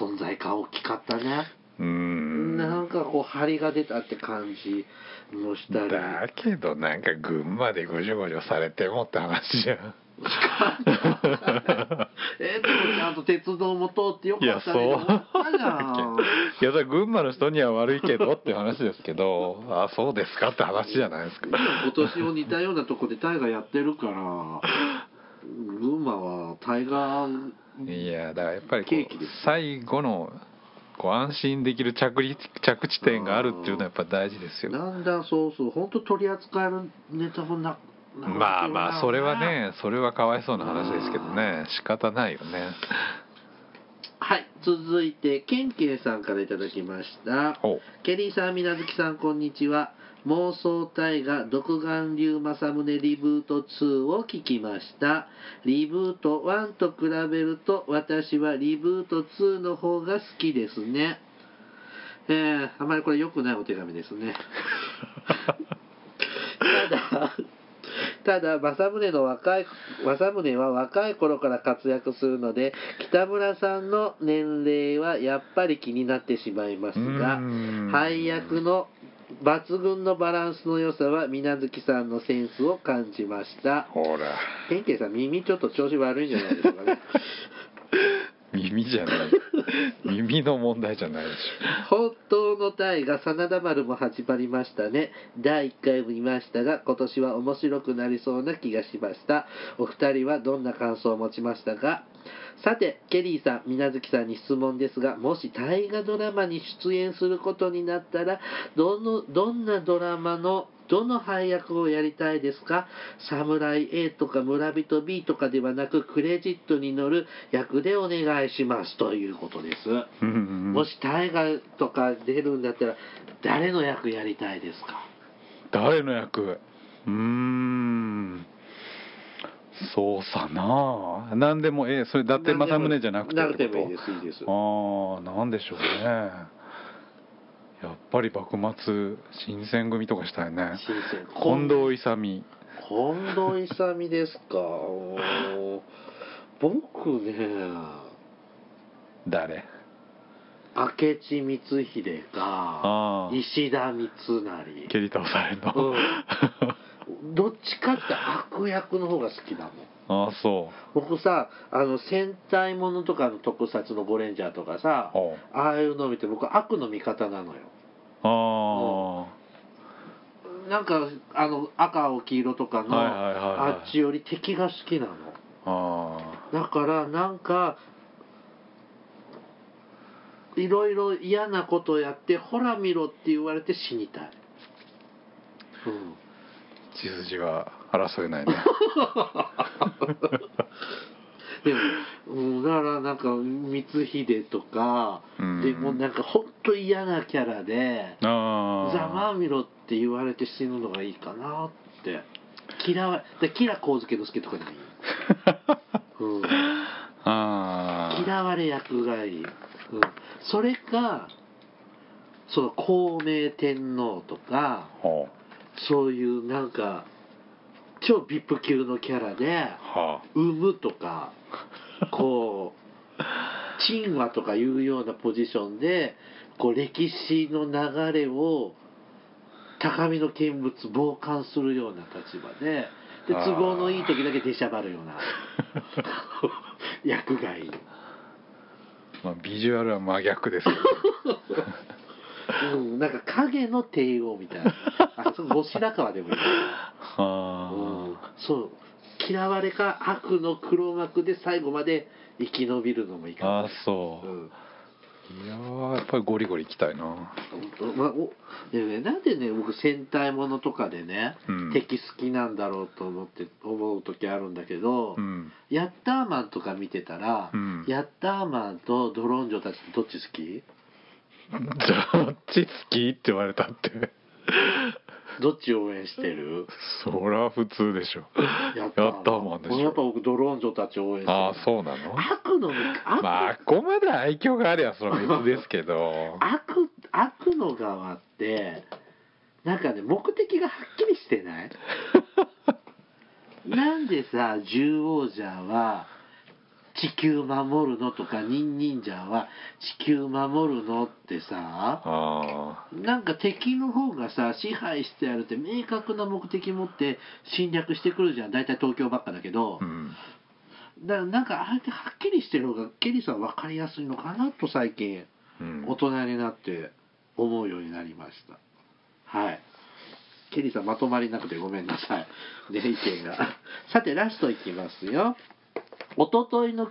S1: 存在感大きかったね、
S2: うーん
S1: なんかこう張りが出たって感じもしたり
S2: だけどなんか群馬でごじょごじょされてもって話じゃん
S1: えでもちゃんと鉄道も通ってよか
S2: いや
S1: ったね
S2: そう
S1: 思ったじゃん
S2: いやそれ群馬の人には悪いけどって話です けどあそうですかって話じゃないですか
S1: 今年も似たようなとこでタイガーやってるから群馬はタイガー
S2: いやだからやっぱりこ
S1: ケーキ
S2: う
S1: です
S2: 最後のこう安心できる着陸着地点があるっていうのはやっぱ大事ですよ
S1: なんだそうそう本当取り扱えるネタもななくて
S2: まあまあそれはねそれはかわいそうな話ですけどね仕方ないよね
S1: はい続いてケンケンさんからいただきました
S2: お
S1: ケリーさん、みなずきさん、こんにちは。妄想大河独眼竜政宗リブート2を聞きました。リブート1と比べると私はリブート2の方が好きですね。えー、あまりこれ良くないお手紙です ね。ただ、ただ、政宗の若い、政宗は若い頃から活躍するので、北村さんの年齢はやっぱり気になってしまいますが
S2: う、ん
S1: 配役の抜群のバランスの良さは、水無月さんのセンスを感じました。
S2: ほら
S1: 天慶さん、耳ちょっと調子悪いんじゃないでしょうかね。
S2: 耳じゃない 耳の問題じゃないでし
S1: 本当の大河真田丸も始まりましたね第1回も見ましたが今年は面白くなりそうな気がしましたお二人はどんな感想を持ちましたかさてケリーさん水無月さんに質問ですがもし大河ドラマに出演することになったらどのどんなドラマのどの配役をやりたいですか侍 A とか村人 B とかではなくクレジットに乗る役でお願いしますということです。
S2: ょ、うんうんう
S1: も
S2: ん
S1: し大河とか出るんだったら誰の役やりたいですか
S2: 誰の役うーんそうさな何でもええそれ伊達政宗じゃなくて
S1: な
S2: っ
S1: く
S2: て
S1: て
S2: こと
S1: もいいですいいです
S2: ああなんでしょうねやっぱり幕末新選組とかしたいね
S1: 新鮮
S2: 近藤
S1: 近
S2: 勇
S1: 藤勇ですかおー僕ね
S2: 誰
S1: 明智光秀か
S2: ああ
S1: 石田三成
S2: 蹴り倒されるの、
S1: うどっちかって悪役の方が好きだもん
S2: ああそ
S1: 僕さあの戦隊ものとかの特撮のゴレンジャーとかさ
S2: うおう
S1: ああいうの見て僕悪の味方なのよ
S2: あ
S1: なんかあの赤青黄色とか
S2: あ
S1: の、
S2: はいはいはい、はい、
S1: あっちより敵が好きなの
S2: あ
S1: だからなんかいろいろ嫌なことやってほら見ろって言われて死にたい、うん、
S2: あ血筋が争えないね
S1: でも、うん、だからなんか光秀とか、
S2: うん
S1: でもうなんかほんと嫌なキャラで
S2: ああ
S1: ざまあみろって言われて死ぬのがいいかなって嫌わでキラ光介の助とかでもいい、うん、
S2: ああ
S1: 嫌われ役がいい、うん、それかその孝明天皇とか
S2: ほ
S1: そういうなんか超 VIP 級のキャラで
S2: うは
S1: 「産む」とかこう「鎮和」とかいうようなポジションでこう歴史の流れを高みの見物傍観するような立場でで
S2: あー
S1: 都合のいい時だけ出しゃばるような 役がいい、
S2: あ、まあ、ビジュアルは真逆 ですけど
S1: うん、なんか影の帝王みたい なあそう後白河でもいい、うん
S2: はあ、
S1: そう嫌われか悪の黒幕で最後まで生き延びるのもいいか
S2: ああ
S1: な
S2: そう、
S1: うん
S2: いやーやっぱりゴリゴリ行きたいな
S1: まあ、おでもねなんでね僕戦隊ものとかでね、
S2: うん
S1: 敵好きなんだろうと思って思う時あるんだけど、
S2: うん
S1: ヤッターマンとか見てたら、
S2: うん
S1: ヤッターマンとドロンジョたちどっち好き
S2: じゃあどっち好きって言われたって
S1: どっち応援してる
S2: そりゃ普通でしょ
S1: ヤッ
S2: やったーマンでし
S1: やっぱ
S2: ょ
S1: 僕ドロンジョたち応援してる
S2: ああそうなの
S1: 悪の味悪,、
S2: まああっこまで愛嬌がありゃそれは別ですけど
S1: 悪悪の側ってなんかね目的がはっきりしてない なんでさ獣王者は地球守るのとかニンニンジャーは地球守るのってさ
S2: あ
S1: なんか敵の方がさ支配してやるって明確な目的持って侵略してくるじゃん大体東京ばっかだけど、
S2: あうん
S1: だからなんかあれってはっきりしてる方がケリーさん分かりやすいのかなと最近
S2: うん
S1: 大人になって思うようになりましたはいケリーさんまとまりなくてごめんなさいね意見が さてラストいきますよおとといの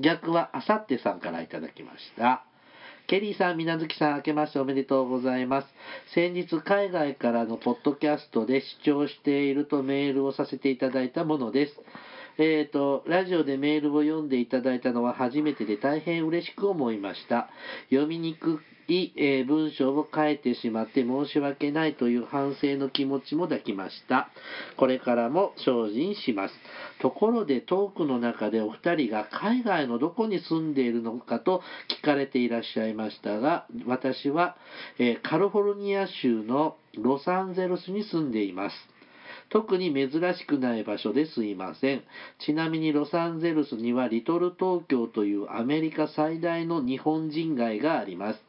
S1: 逆はあさってさんからいただきましたケリーさん、みなずきさん、明けましておめでとうございます。先日、海外からのポッドキャストで視聴しているとメールをさせていただいたものです。えっ、と、ラジオでメールを読んでいただいたのは初めてで大変嬉しく思いました。読みにくい、えー文章を書いてしまって申し訳ないという反省の気持ちも抱きました。これからも精進します。ところでトークの中でお二人が海外のどこに住んでいるのかと聞かれていらっしゃいましたが、私は、えーカリフォルニア州のロサンゼルスに住んでいます。特に珍しくない場所ですいません。ちなみにロサンゼルスにはリトル東京というアメリカ最大の日本人街があります。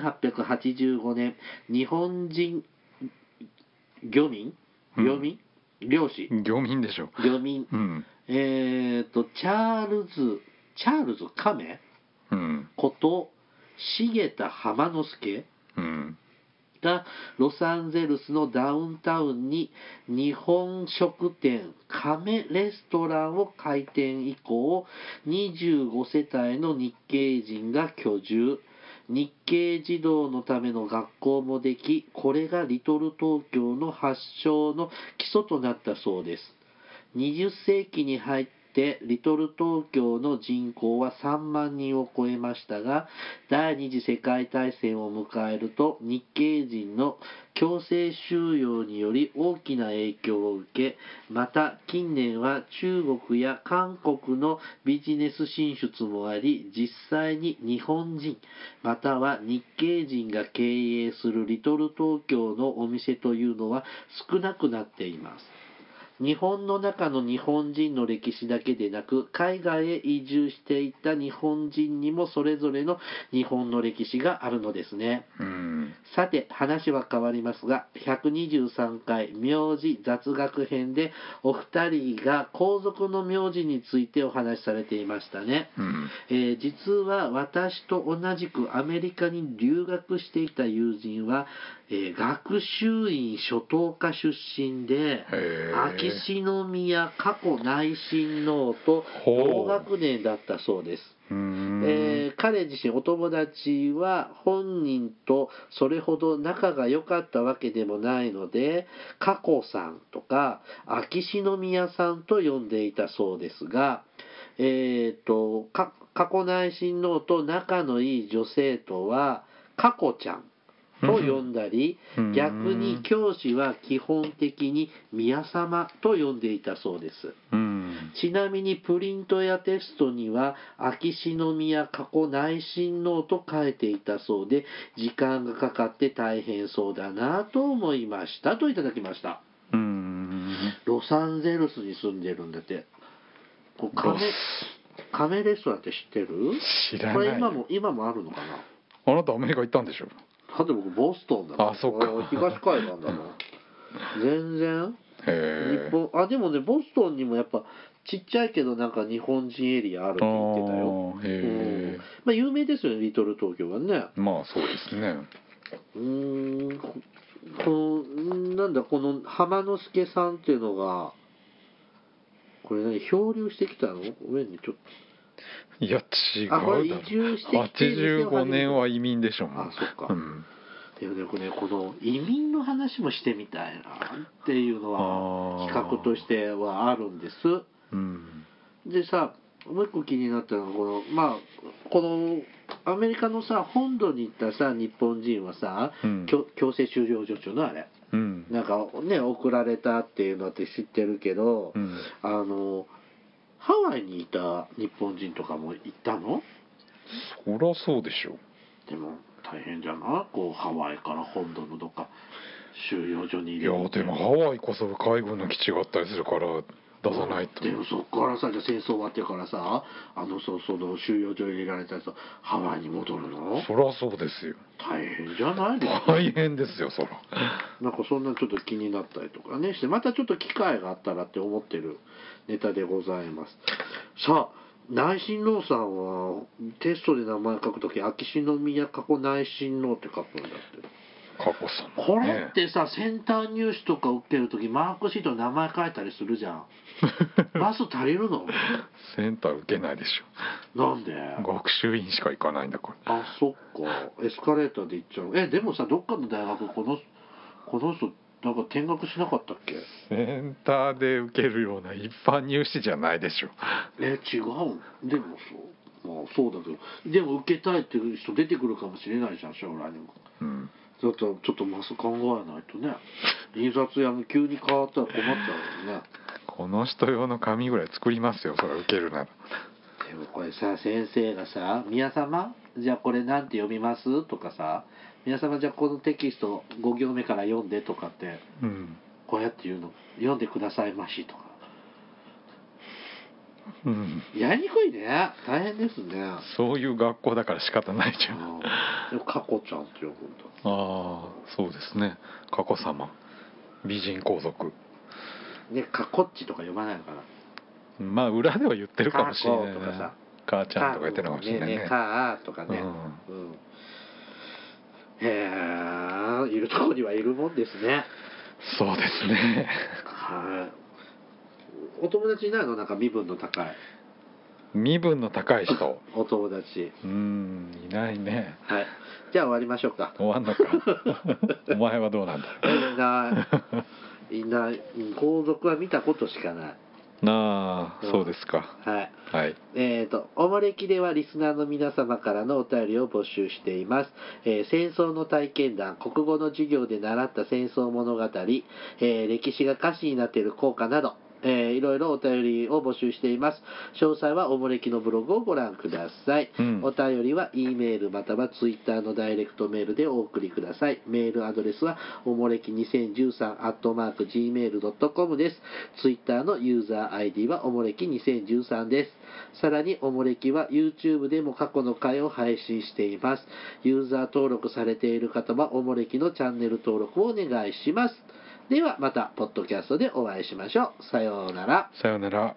S1: 1885年、日本人漁民
S2: うん
S1: 漁民、漁師
S2: 業務員でしょ
S1: 漁民
S2: うん
S1: えっ、と、チャールズ、チャールズ亀
S2: うん
S1: こと、重田浜之助
S2: うん
S1: がロサンゼルスのダウンタウンに日本食店亀レストランを開店以降25世帯の日系人が居住日系児童のための学校もできこれがリトル東京の発祥の基礎となったそうです20世紀に入ってリトル東京の人口は3万人を超えましたが第二次世界大戦を迎えると日系人の強制収容により大きな影響を受けまた近年は中国や韓国のビジネス進出もあり実際に日本人または日系人が経営するリトル東京のお店というのは少なくなっています日本の中の日本人の歴史だけでなく海外へ移住していった日本人にもそれぞれの日本の歴史があるのですね
S2: うん
S1: さて話は変わりますが123回名字雑学編でお二人が皇族の名字についてお話しされていましたね
S2: うん
S1: えー実は私と同じくアメリカに留学していた友人は、えー学習院初等科出身で
S2: へー
S1: 秋篠宮過去内親王と
S2: ほう
S1: 同学年だったそうです。
S2: うん
S1: えー彼自身お友達は本人とそれほど仲が良かったわけでもないので佳子さんとか秋篠宮さんと呼んでいたそうですが、えー、とか過去内親王と仲のいい女性とは佳子ちゃんと呼んだり
S2: うん
S1: 逆に教師は基本的に宮様と呼んでいたそうです。
S2: うん
S1: ちなみにプリントやテストには秋篠宮過去内親王と書いていたそうで時間がかかって大変そうだなと思いましたといただきました
S2: うん
S1: ロサンゼルスに住んでるんだってこう
S2: ロ
S1: 亀亀レストランって知ってる
S2: 知ら
S1: こ
S2: ない
S1: れ今も今もあるのかな
S2: あなたアメリカ行ったんでしょ
S1: だって僕ボストンだもん
S2: あそっか
S1: 俺東海岸 だもん全然日
S2: へえ
S1: 本あでもねボストンにもやっぱちっちゃいけどなんか日本人エリアあるって言ってたようん
S2: あーへえ
S1: まあ有名ですよねリトル東京はね
S2: まあそうですね
S1: うーんここのなんだこの浜之助さんっていうのがこれ何漂流してきたの上にちょっ
S2: いや違う
S1: あ
S2: だ
S1: こ
S2: ろ
S1: れ移住してきてるんですよ
S2: 85年は移民でしょも
S1: あそっか
S2: ん、
S1: とでもねこれねこの移民の話もしてみたいなっていうのは
S2: あー
S1: 企画としてはあるんです
S2: うん
S1: でさもう一個気になったのはこのまあこのアメリカのさ本土に行ったさ日本人はさ、
S2: うん
S1: 強強制収容所っていうのあれ
S2: うん
S1: なんかね送られたっていうのって知ってるけど、
S2: うん
S1: あのハワイにいた日本人とかも行ったの
S2: そりゃそうでしょ
S1: でも大変じゃないこうハワイから本土のどっか収容所に
S2: い
S1: 入
S2: や
S1: れる
S2: でもハワイこそ海軍の基地があったりするから出さないと
S1: でもそこからさじゃあ戦争終わってからさあのそうその収容所に入れられた人ハワイに戻るの
S2: そりゃそうですよ
S1: 大変じゃないですか
S2: 大変ですよそら
S1: なんかそんなちょっと気になったりとかねしてまたちょっと機会があったらって思ってるネタでございますさあ内親王さんはテストで名前書くとき秋篠宮過去内親王って書くんだって
S2: 過去さん
S1: これってさ、センター入試とか受けるときマークシートに名前書いたりするじゃんバス足りるの
S2: センター受けないでし
S1: なんで
S2: ょ学習院しか行かないんだから
S1: あそっかエスカレーターで行っちゃうえでもさどっかの大学このこの人なんか転学しなかったっけ
S2: センターで受けるような一般入試じゃないでしょ
S1: え違うんでもそうまあそうだけどでも受けたいっていう人出てくるかもしれないじゃん将来にも
S2: うん
S1: だったらちょっとマス考えないとね印刷屋も急に変わったら困っちゃうよね
S2: この人用の紙ぐらい作りますよそれ受けるなら
S1: でもこれさ先生がさ「宮様じゃあこれなんて読みます?」とかさ「宮様じゃあこのテキスト5行目から読んで」とかって
S2: うん、
S1: こうやって言うの「読んでくださいまし」とか
S2: うん、
S1: やりにくいね大変ですね
S2: そういう学校だから仕方ないじ
S1: う
S2: ゃん
S1: んでも「かこちゃん」って呼ぶんだ
S2: ああそうですね佳子さま美人皇族
S1: ねかこっちとか読まないのかな
S2: まあ裏では言ってるかもしれないね
S1: かこうとかさ
S2: 母ちゃんとか言ってるかもしれないね
S1: ねねかーとかね、うんへえいるとこにはいるもんですね
S2: そうですね
S1: はいお友達いないのなんか身分の高い
S2: 身分の高い人
S1: お友達
S2: うんいないね
S1: はいじゃあ終わりましょう か
S2: 終わ んのかお前はどうなんだ
S1: いないいないうん皇族は見たことしかない
S2: なあそうですか
S1: はい
S2: はい
S1: えー、と、おもれきではリスナーの皆様からのお便りを募集しています。えー戦争の体験談、国語の授業で習った戦争物語、えー歴史が歌詞になっている効果など、えーいろいろお便りを募集しています。詳細はおもれきのブログをご覧ください。
S2: うん
S1: お便りは E メールまたは Twitter のダイレクトメールでお送りください。メールアドレスはおもれき2013 gmail.com です。Twitter のユーザー ID はおもれき2013です。さらにおもれきは YouTube でも過去の回を配信しています。ユーザー登録されている方はおもれきのチャンネル登録をお願いします。ではまた、ポッドキャストでお会いしましょう。さようなら。
S2: さようなら